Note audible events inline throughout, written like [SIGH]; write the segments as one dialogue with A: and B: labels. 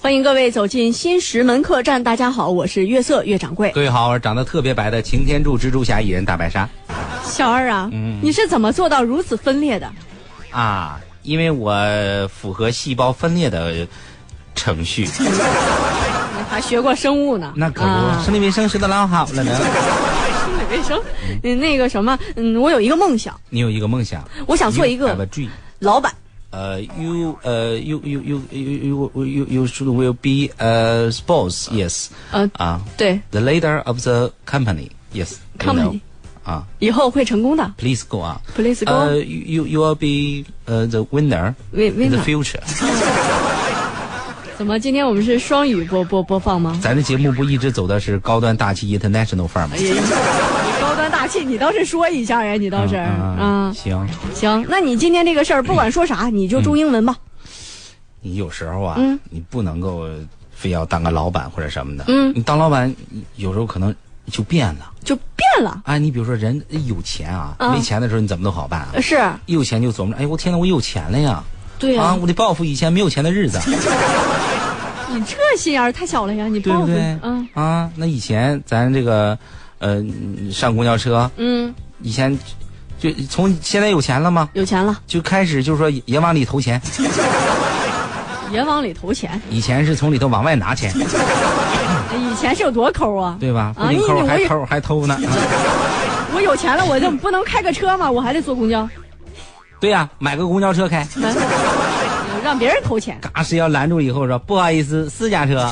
A: 欢迎各位走进新石门客栈。大家好，我是月色月掌柜。
B: 各位好，长得特别白的擎天柱、蜘蛛侠、蚁人、大白鲨
A: 小二啊，你是怎么做到如此分裂的？
B: 啊，因为我符合细胞分裂的程
A: [LAUGHS]
B: 序，
A: 你还学过生物呢？
B: 那可不，
A: 啊 [LAUGHS]
B: 生理卫生学的老好了呢。
A: 生理卫生。嗯，那个什么，嗯，我有一个梦想，
B: 你有一个梦想，
A: 我想做一
B: You have
A: 个
B: a dream.
A: 老板。
B: 呃，you 呃，you you you you you you you should will be a boss. Yes.
A: 呃，
B: 啊
A: 对，
B: ，the leader of the company. Yes. you know.
A: Company
B: 啊
A: 以后会成功的。
B: ，please go on.
A: Please go.
B: Uh, you you you will be uh the winner.
A: Win-
B: in the
A: winner.
B: future.
A: 怎么今天我们是双语播播播放 [LAUGHS] 吗？
B: 咱这节目不一直走的是高端大气 international f a r m
A: 哎呀，你高端大气，你倒是说一下呀，你倒是，嗯，
B: 啊行，
A: 行，那你今天这个事儿，不管说啥，你就中英文吧。
B: 你有时候啊，
A: 嗯
B: 你不能够非要当个老板或者什么的。嗯，你当老板有时候可能就变了。
A: 就变了。
B: 哎，你比如说人有钱啊，
A: 嗯
B: 没钱的时候你怎么都好办啊。
A: 呃是，
B: 一有钱就琢磨着，哎，我天哪，我有钱了呀！
A: 对呀、
B: 啊，我得报复以前没有钱的日子，
A: 你这心眼儿太小了呀，你
B: 对
A: 报
B: 不
A: 复，
B: 对？
A: 嗯
B: 啊，那以前咱这个，呃，上公交车，
A: 嗯，
B: 以前就从现在有钱了吗？
A: 有钱了
B: 就开始就是说也也往里投钱，
A: 也往里投钱，哎
B: 以前是从里头往外拿钱，
A: 以前是有多抠啊？
B: 对吧？不
A: 啊，
B: 仅
A: 你
B: 抠
A: 我
B: 还
A: 有
B: 偷
A: [LAUGHS]
B: 还偷呢。
A: 我有钱了，我就不能开个车吗？我还得坐公交，
B: 对呀、买个公交车开，
A: 来
B: [LAUGHS]
A: 让别人投钱。
B: 嘎谁要拦住以后说不好意思，私家车，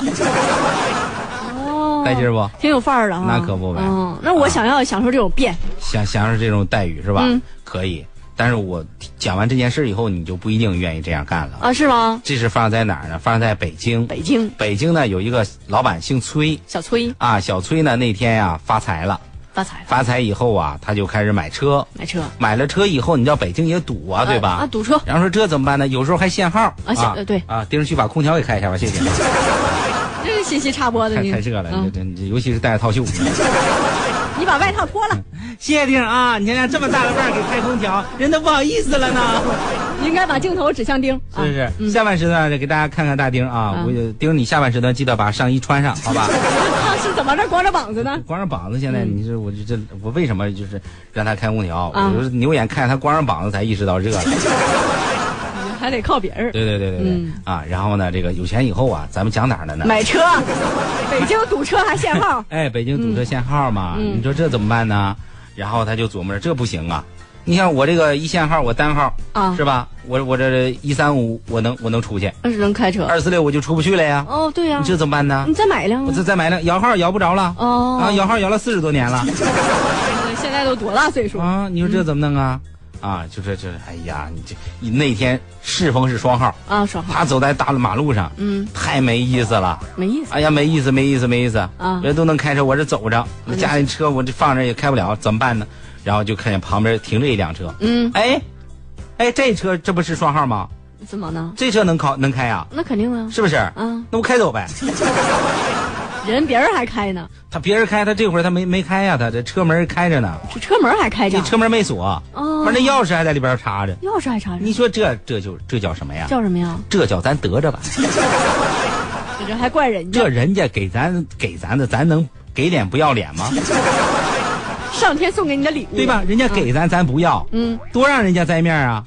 A: 哦，
B: 带劲儿不？
A: 挺有范儿的啊。
B: 哎那可不呗啊
A: 嗯，那我想要享受这种变，
B: 想享受这种待遇是吧？
A: 嗯
B: 可以。但是我讲完这件事以后，你就不一定愿意这样干了。
A: 啊，是吗？
B: 这是发生在哪儿呢？发生在北京。
A: 北京
B: 北京呢有一个老板姓崔
A: 小崔
B: 啊，小崔呢那天呀、发财了，
A: 发财了，
B: 发财以后啊他就开始买车，
A: 买车
B: 买了车以后，你知道北京也堵啊，对吧？
A: 啊，堵车
B: 然后说这怎么办呢？有时候还限号
A: 啊限呃对
B: 啊，丁儿去把空调给开一下吧，谢谢。
A: 这个信息插播的
B: 太
A: 你
B: 太热了，
A: 嗯
B: 你这你尤其是带着套袖。
A: 你把外套脱了，
B: [LAUGHS] 谢谢丁儿啊，你看看这么大的腕儿给开空调，人都不好意思了呢，嗯
A: 你应该把镜头指向丁，
B: [LAUGHS] 是不
A: 啊？
B: 是？下半时段给大家看看大丁儿啊，
A: 嗯
B: 我就丁儿，你下半时段记得把上衣穿上，好吧？ [LAUGHS]
A: 他是怎么着光着膀子呢？
B: 光着膀子，现在你这我这这我为什么就是让他开空调？
A: 啊
B: 我就是扭眼看见他光着膀子才意识到热了。
A: 还得靠别人。
B: 对对对对对
A: 嗯
B: 啊！然后呢，这个有钱以后啊，咱们讲哪儿了呢？，
A: [LAUGHS] 买车，北京堵车还限号
B: 哎，北京堵车限号嘛，你说这怎么办呢？然后他就琢磨着这不行啊，你像我这个一限号，我单号
A: 啊
B: 是吧？我我这一三五我能我能出去，
A: 那是能开车。
B: 二四六我就出不去了呀，
A: 哦，对呀、
B: 你这怎么办呢
A: 你？再买一辆
B: 我
A: 啊
B: 这再买辆摇号摇不着了。
A: 哦，
B: 啊，摇号摇了四十多
A: [LAUGHS]
B: 年了
A: 现在都多大岁数？
B: 啊！你说这怎么弄啊？啊，就这这，哎呀，你这你那天适逢是双号，
A: 啊，爽号，
B: 他走在大马路上，
A: 嗯，
B: 太没意思了。
A: 没意思。
B: 哎呀，没意思，没意思，没意思
A: 啊嗯
B: 人都能开车，我这走着，
A: 那
B: 家里车我这放着也开不了，怎么办呢？然后就看见旁边停着一辆车，
A: 嗯，
B: 哎，哎，这车这不是双号吗？
A: 怎么呢？
B: 这车能考能开啊？
A: 那肯定啊，
B: 是不是？
A: 啊，
B: 那我开走呗。
A: 人别人还开呢，
B: 他别人开，他这会儿他没没开呀、他这车门开着呢，
A: 这车门还开着
B: 这，车门没锁，
A: 哦
B: 完那钥匙还在里边插着。
A: 钥匙还插着，
B: 你说这这就这叫什么呀？
A: 叫什么呀？
B: 这叫咱得着吧？
A: 你这还怪人家
B: 这，人家给咱给咱的，咱能给脸不要脸吗？
A: 上天送给你的礼物，
B: 对吧？？人家给咱，咱不要，
A: 嗯，
B: 多让人家栽面啊！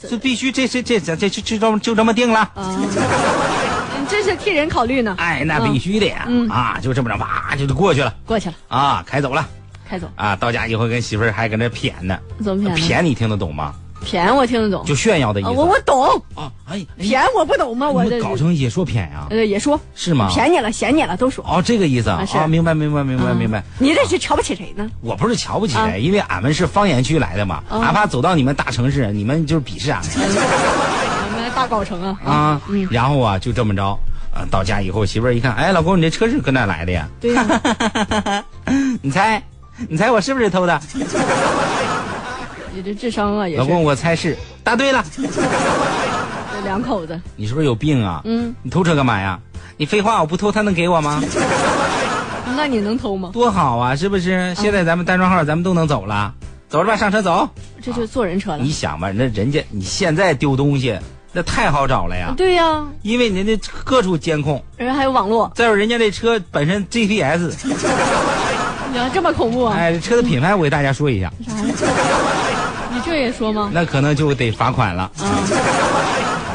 B: 这必须这这这这这就就这么就这么定了。
A: 啊，你这是替人考虑呢。
B: 哎，那必须的呀！
A: 嗯
B: 啊，就这么着，哇，就就过去了
A: 过去了，
B: 啊，开走了
A: 开走，
B: 啊。到家以后跟媳妇儿还搁那谝呢，哦
A: 怎么便宜？
B: 谝你听得懂吗？
A: 便宜我听得懂，
B: 就炫耀的意
A: 啊
B: 思。
A: 我我懂，
B: 啊，哎，哎
A: 便宜我不懂吗？我
B: 你
A: 这
B: 们搞成也说谝呀？
A: 呃也说
B: 是吗？
A: 便宜了，嫌你了，都说。
B: 哦，这个意思啊
A: 啊是
B: 哦明白明啊白明白明白。
A: 你这是瞧不起谁呢？
B: 我不是瞧不起谁，
A: 啊
B: 因为俺们是方言区来的嘛，
A: 哦
B: 哪怕走到你们大城市，你们就是鄙视俺们。
A: 我们大搞城啊！
B: 啊，然后啊，就这么着，呃，到家以后，媳妇儿一看，哎，老公，你这车是搁哪来的呀？ [LAUGHS]
A: 对呀、
B: 你猜，你猜我是不是偷的？
A: 你这智商啊也
B: 老
A: 是，
B: 公，我猜是。答对了，
A: 这两口子，
B: 你是不是有病啊？
A: 嗯，
B: 你偷车干嘛呀？你废话，我不偷他能给
A: [LAUGHS]
B: 我吗？
A: 那你能偷吗？
B: 多好啊，是不是？现在咱们单双号，咱们都能走了，走着吧，上车走。
A: 这就坐人车了
B: 你。想吧，那人家你现在丢东西，那太好找了呀，
A: 对呀、
B: 因为人家各处监控，
A: 然后还有网络，
B: 再有人家这车本身 GPS， [LAUGHS]
A: 然后这么恐怖啊？
B: 哎，这车的品牌我给大家说一下，
A: 啥呀？你这也说吗？
B: 那可能就得罚款了。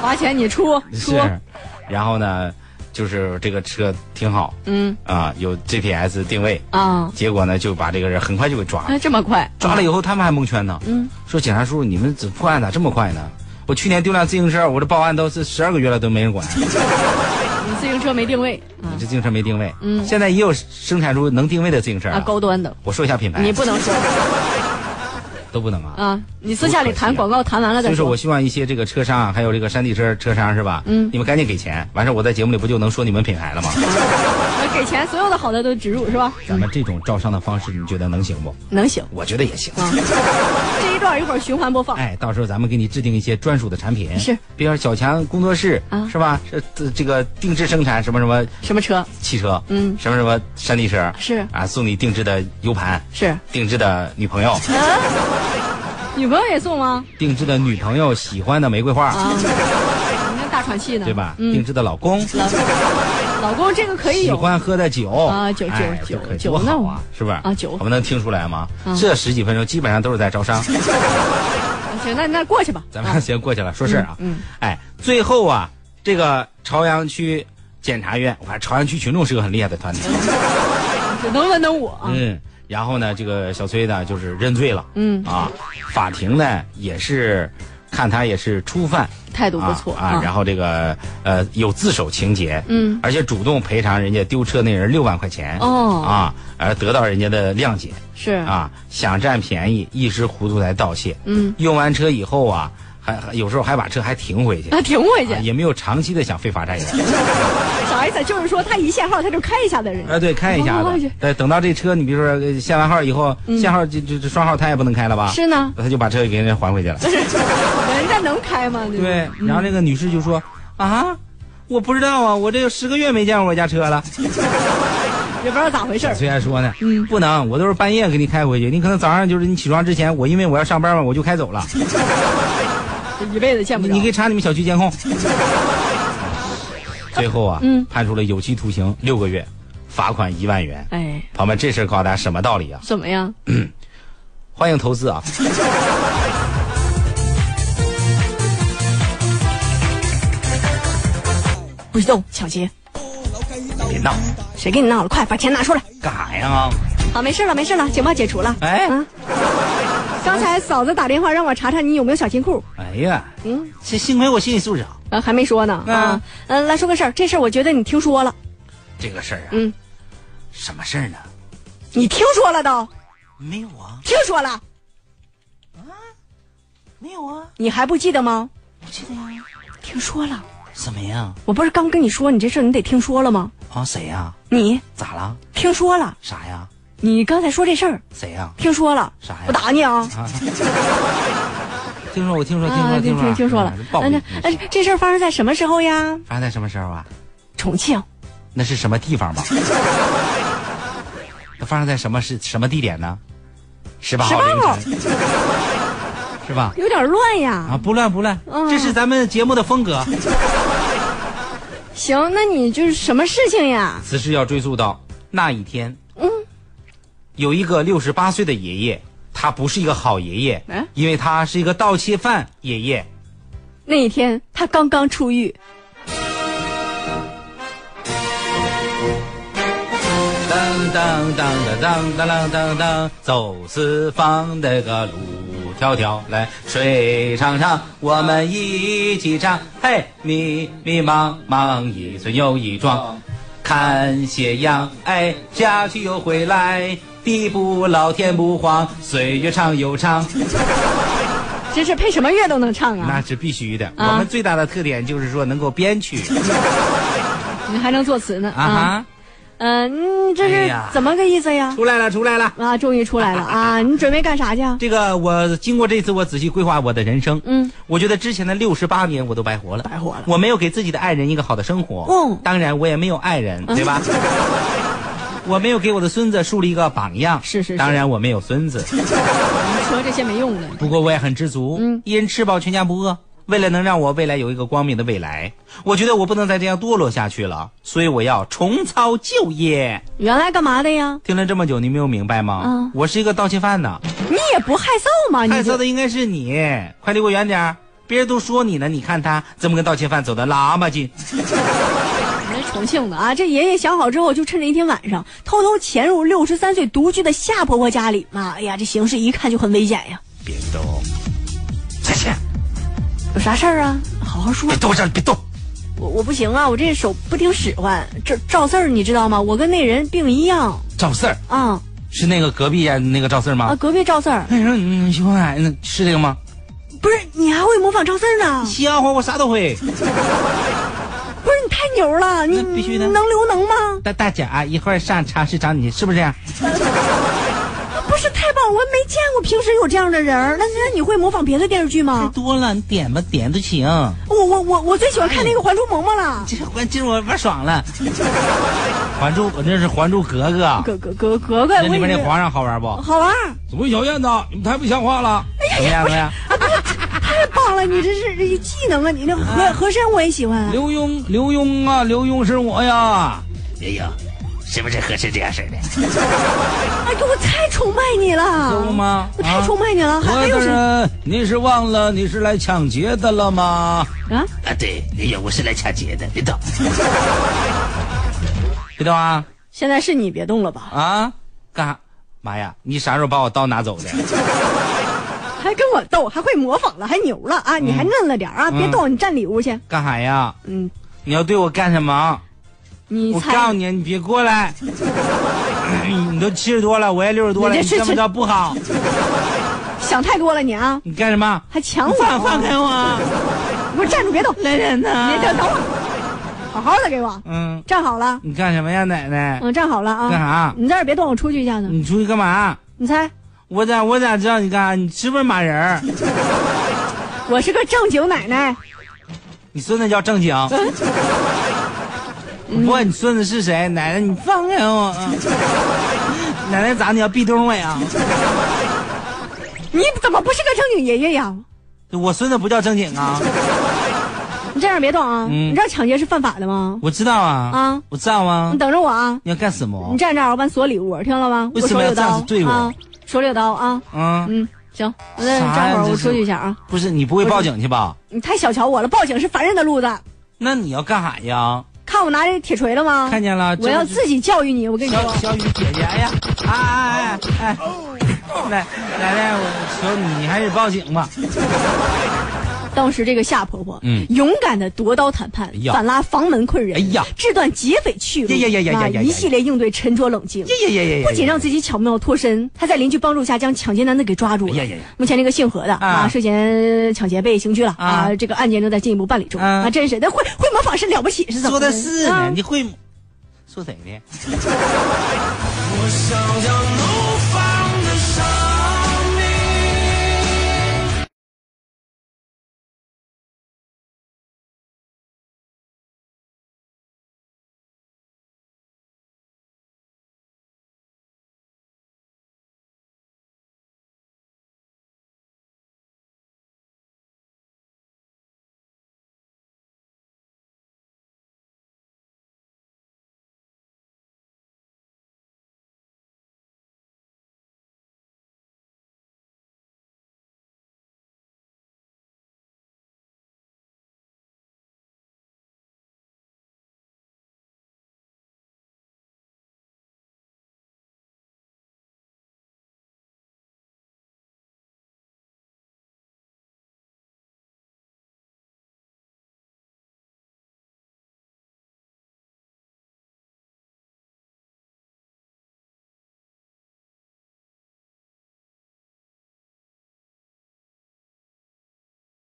A: 罚钱你出出，
B: 是，然后呢，就是这个车挺好
A: 嗯
B: 啊、有 GPS 定位，
A: 啊，
B: 结果呢就把这个人很快就给抓了。
A: 哎，这么快？
B: 抓了以后，他们还蒙圈呢。嗯，说警察叔叔，你们怎么破案咋这么快呢？我去年丢辆自行车，我这报案都是十二个月了，都没人管，
A: 你自行车没定位啊
B: 这自行车没定位。嗯，现在也有生产出能定位的自行车、
A: 啊，高端的，
B: 我说一下品牌，
A: 你不能说
B: 都不能啊。
A: 啊，你私下里谈广告谈完了
B: 所
A: 再
B: 以说，
A: 说
B: 我。希望一些这个车商啊，还有这个山地车车商是吧？嗯，你们赶紧给钱，完事儿我在节目里不就能说你们品牌了吗？
A: 嗯那呃给钱，所有的好的都植入是吧？
B: 咱们这种招商的方式，你觉得能行不？
A: 能行。
B: 我觉得也行。
A: 嗯这一段一会儿循环播放。
B: 哎，到时候咱们给你制定一些专属的产品，
A: 是，
B: 比如说小强工作室，
A: 啊
B: 是吧？这这这个定制生产什么什么
A: 什么车？
B: 汽车，
A: 嗯
B: 什么什么山地车，
A: 是
B: 啊，送你定制的 U 盘，
A: 是
B: 定制的女朋友，
A: 啊 [LAUGHS] 女朋友也送吗？
B: 定制的女朋友喜欢的玫瑰花，
A: 啊，你看大喘气呢，
B: 对吧？定
A: 嗯，
B: 制的老公
A: 老公这个可以
B: 喜
A: 有，
B: 欢喝的酒
A: 哎啊酒
B: 哎
A: 酒
B: 这可
A: 酒
B: 多好
A: 呢
B: 啊，是不是？
A: 啊酒嗯
B: 我们能听出来吗？这十几分钟基本上都是在
A: [LAUGHS]
B: 招商，
A: 行，那那过去吧。
B: 咱们让时间过去了，说事儿啊，
A: 嗯嗯
B: 哎，最后啊，这个朝阳区检察院，我看朝阳区群众是个很厉害的团体，
A: 只能问问我啊，
B: 嗯，然后呢，这个小崔呢就是认罪了，
A: 嗯
B: 啊，法庭呢也是看他也是初犯，
A: 态度不错
B: 啊啊，然后这个呃有自首情节，
A: 嗯，
B: 而且主动赔偿人家丢车那人六万块钱，
A: 哦
B: 啊，而得到人家的谅解
A: 是
B: 啊，想占便宜一时糊涂才道谢，
A: 嗯，
B: 用完车以后啊，还还有时候还把车还停回去。
A: 啊，停回去
B: 啊，也没有长期的想非法占有，
A: 啥意思？就是说他一限号他就开一下的人，
B: 哎，对，看一下
A: 哦
B: 子
A: 是。
B: 对，等到这车，你比如说呃限完号以后，限号就就就双号他也不能开了吧？
A: 是啊呢，
B: 他就把车给人家还回去了。
A: 人家能开吗？对不嗯
B: 对，然后那个女士就说：“啊，我不知道啊，我这有十个月没见过我家车了。
A: 也不知道咋回事”儿。
B: 虽然说呢，不能，我都是半夜给你开回去，你可能早上就是你起床之前，我因为我要上班嘛，我就开走了。
A: 一辈子见不
B: 你
A: 着。
B: 你可以查你们小区监 [LAUGHS] 控。最后啊，判处了有期徒刑六个月，罚款一万元。
A: 哎，
B: 朋友们，这事儿告诉大家什么道理啊？
A: 怎么样？
B: 欢迎投资啊！
A: 不许动，抢劫！
B: 别闹，
A: 谁跟你闹了？快把钱拿出来！
B: 干啥呀？
A: 好，没事了，没事了，警报解除了。
B: 哎
A: 啊，刚才嫂子打电话让我查查你有没有小金库，
B: 哎呀，
A: 嗯，
B: 这幸亏我心理素质好。
A: 啊，还没说呢。
B: 啊
A: 啊，嗯，来说个事儿，这事儿我觉得你听说了，
B: 这个事儿啊，
A: 嗯，
B: 什么事儿呢？
A: 你听说了都，
B: 没有啊，
A: 听说了，
B: 没有啊，
A: 你还不记得吗？
B: 不记得呀。
A: 听说了，
B: 什么呀？
A: 我不是刚跟你说你这事儿你得听说了吗？
B: 啊，谁呀？
A: 你
B: 咋了？
A: 听说了，
B: 啥呀？
A: 你刚才说这事儿
B: 谁呀？
A: 听说了，
B: 啥呀
A: 我打你啊！
B: 听说我听说听
A: 啊，
B: 说
A: 听
B: 说
A: 听说了
B: 嗯，报
A: 哎
B: 复
A: 那哎
B: 你
A: 这事儿发生在什么时候呀？
B: 发生在什么时候啊？
A: 重庆。
B: 那是什么地方吧？ [LAUGHS] 那发生在什么是什么地点呢？十八号凌
A: 18号
B: 晨，是吧？
A: 有点乱呀。
B: 啊，不乱不乱，
A: 嗯
B: 这是咱们节目的风格。
A: 行，那你就是什么事情呀？
B: 此事要追溯到那一天，嗯，有一个六十八岁的爷爷，他不是一个好爷爷，
A: 嗯
B: 因为他是一个盗窃犯爷爷。
A: 那一天他刚刚出狱，
B: 当当当当当当当当，走四方的个路迢迢，来水长长，我们一起唱，嘿，迷迷茫茫，一村又一庄，看斜阳，哎，下去又回来，地不老天不荒，岁月长又长。
A: 真是配什么乐都能唱啊！
B: 那是必须的。
A: 啊
B: 我们最大的特点就是说能够编曲
A: 你还能作词呢
B: 啊！
A: 嗯，嗯这
B: 哎
A: 是
B: 呀
A: 怎么个意思
B: 哈，
A: 呀？
B: 出来了，出来了。
A: 啊，终于出 [LAUGHS] 来了啊！你准备干啥去啊？
B: 这个我经过这次，我仔细规划我的人生。
A: 嗯，
B: 我觉得之前的六十八年我都白活了，
A: 白活了
B: 我没有给自己的爱人一个好的生活。
A: 嗯
B: 当然我也没有爱人，对吧？ [LAUGHS] 我没有给我的孙子树立一个榜样。
A: 是是是
B: 当然
A: [LAUGHS]
B: 我没有孙子，
A: 你说这些没用的。
B: 不过我也很知足。嗯，一人吃饱全家不饿。为了能让我未来有一个光明的未来，我觉得我不能再这样堕落下去了，所以我要重操旧业。
A: 原来干嘛的呀？
B: 听了这么久，你没有明白吗？
A: 嗯
B: 我是一个盗窃犯呢，
A: 你也不害臊嘛？你
B: 害
A: 这
B: 臊的应该是你，快离我远点儿。别人都说你呢，你看他怎么跟盗窃犯走的那么近？
A: 那重庆的啊，这爷爷想好之后，就趁着一天晚上偷偷潜入六十三岁独居的夏婆婆家里。妈呀，这形势一看就很危险呀！
B: 别动，下去，
A: 有啥事儿啊？好好说
B: 别。动，让别动。
A: 我我不行啊，我这手不听使唤。这赵四儿你知道吗？我跟那人病一样
B: 赵四儿
A: 啊
B: 是那个隔壁家那个赵四儿
A: 啊！
B: 吗？
A: 隔壁赵四儿
B: 那人说你喜欢俺呢，是这个吗？
A: 不是你还会模仿赵四儿呢？
B: 笑话，我啥都会。
A: 不是你太牛了，你
B: 那必须的
A: 你能留能吗？
B: 大大家啊，一会儿上超市找你，是不是这样？
A: 不是太棒，我没见过平时有这样的人儿。那那你会模仿别的电视剧
B: 太
A: [LAUGHS] 吗？
B: 多了，你点吧，点都行。
A: 我我我我最喜欢看那个《还珠萌萌》了。
B: 这玩今儿我玩爽了。 [LAUGHS] 还珠，我那是《还珠格格》，
A: 格格格格格，
B: 那
A: 我
B: 里面
A: 以
B: 那
A: 为
B: 皇上好玩不？
A: 好玩儿，啊
B: 怎么有小燕子？你们太不像话了！怎么样？怎么样？
A: 啊太棒了！你这是这技能啊！你那和和珅我也喜
C: 啊
A: 欢，
B: 刘墉，刘墉啊，刘墉是我呀。
C: 哎呦，是不是合适这样式
B: [LAUGHS]
C: 儿的？
A: 哎呦，我太崇拜你了，
B: 够吗
A: 啊
B: 啊
A: 我太崇拜你了，还还
B: 我
A: 有
B: 的
A: 什么
B: 人，你是忘了你是来抢劫的了吗？
A: 啊？
C: 啊，对，哎呦，我是来抢劫的，别
B: [LAUGHS]
C: 动。
B: 别动啊
A: 现在是你别动了吧？
B: 啊！干啥？妈呀！你啥时候把我刀拿走
C: [LAUGHS]
B: 的？
A: 还跟我斗，还会模仿了，还牛了
B: 嗯
A: 啊！你还嫩了点儿啊！别动，你占里屋去。
B: 干啥呀？
A: 嗯，
B: 你要对我干什么？
A: 你
B: 我告诉
A: 猜，
B: 你，你别过
A: [LAUGHS]
B: 来！你都七十多了，我也六十多了，
A: 你
B: 你
A: 这是
B: 这么着不好。
A: 想太多了你啊！
B: 你干什么？
A: 还抢我
B: 你放放开我！啊
A: 你给我站住，别动！来人呐！你等等会儿，好好的给我
B: 嗯，
A: 站好了，
B: 你干什么呀，奶奶？
A: 嗯，站好了
B: 干
A: 啊！
B: 啥？
A: 你在这儿别动，我出去一下子。
B: 你出去干嘛？
A: 你猜，
B: 我咋我咋知道你干啥？你是不是马
A: [LAUGHS]
B: 人儿？
A: 我是个正经奶奶。
B: 你孙子叫正经。
A: 嗯
B: 我问你孙子是谁？奶奶，你放开
A: [LAUGHS]
B: 我！嗯奶奶咋你要壁咚我呀？
A: 你怎么不是个正经爷爷呀？
B: 我孙子不叫正经啊，
A: 你站这儿别动啊！
B: 嗯
A: 你知道抢劫是犯法的吗？
B: 我知道啊，
A: 啊
B: 我知道啊
A: 你。等着我啊！
B: 你要干什么
A: 你？站这儿，我把你锁里屋，听了吗？
B: 为
A: 我
B: 什
A: 手里
B: 么要
A: 有
B: 这样
A: 刀
B: 子对我
A: 啊！手里有刀啊！
B: 嗯，
A: 嗯，行，我再
B: 啥呀
A: 站会儿，
B: 这
A: 我
B: 是
A: 出去一下啊！
B: 不是你不会报警去吧？
A: 你太小瞧我了，报警是凡人的路子。
B: 那你要干啥呀？
A: 看我拿这铁锤了吗？
B: 看见了，
A: 我要
B: 这
A: 自啊己教育你，我跟你
B: 小
A: 说，
B: 小雨姐姐，哎呀，哎哎哎哎，
A: 哦
B: 奶奶奶，我求你，你还是报警吧。
A: 当时这个夏婆婆，
B: 嗯哎
A: 勇敢的夺刀谈判，
B: 呀
A: 反拉房门困人，
B: 哎呀
A: 制断劫匪去路，
B: 呀呀呀呀呀
A: 啊
B: 呀呀
A: 一系列应对沉着冷静，
B: 呀呀呀呀！
A: 不仅让自己巧妙脱身，还在邻居帮助下将抢劫男子给抓住了。
B: 哎呀呀呀
A: 目前这个姓何的
B: 啊
A: 啊，涉嫌抢劫被刑拘了
B: 啊
A: 啊，这个案件正在进一步办理中
B: 啊
A: 啊，真是，那会会模仿是了不起，是怎么
B: 说
A: 回
B: 的
A: 事
B: 是
A: 啊
B: 呢，你会说谁呢？
D: 我想要弄